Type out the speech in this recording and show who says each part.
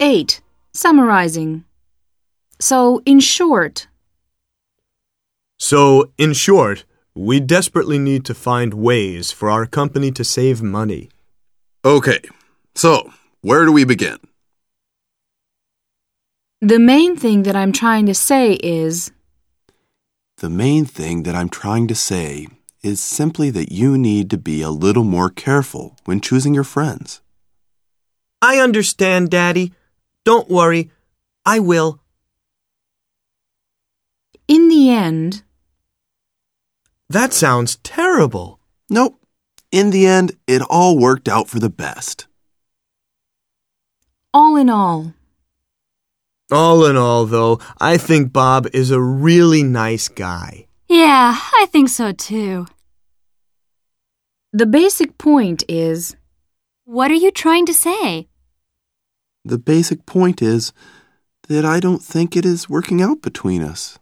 Speaker 1: 8. Summarizing. So, in short,
Speaker 2: So, in short, we desperately need to find ways for our company to save money.
Speaker 3: Okay, so where do we begin?
Speaker 1: the main thing that I'm trying to say is
Speaker 4: The main thing that I'm trying to say is simply that you need to be a little more careful when choosing your friends.
Speaker 2: I understand, Daddy. Don't worry. I will.
Speaker 1: in the end,
Speaker 2: That sounds terrible.
Speaker 4: Nope. In the end, it all worked out for the best.
Speaker 1: all in all.
Speaker 2: All in all, though, I think Bob is a really nice guy.
Speaker 5: Yeah, I think so too.
Speaker 1: The basic point is
Speaker 5: What are you trying to say?
Speaker 4: The basic point is that I don't think it is working out between us.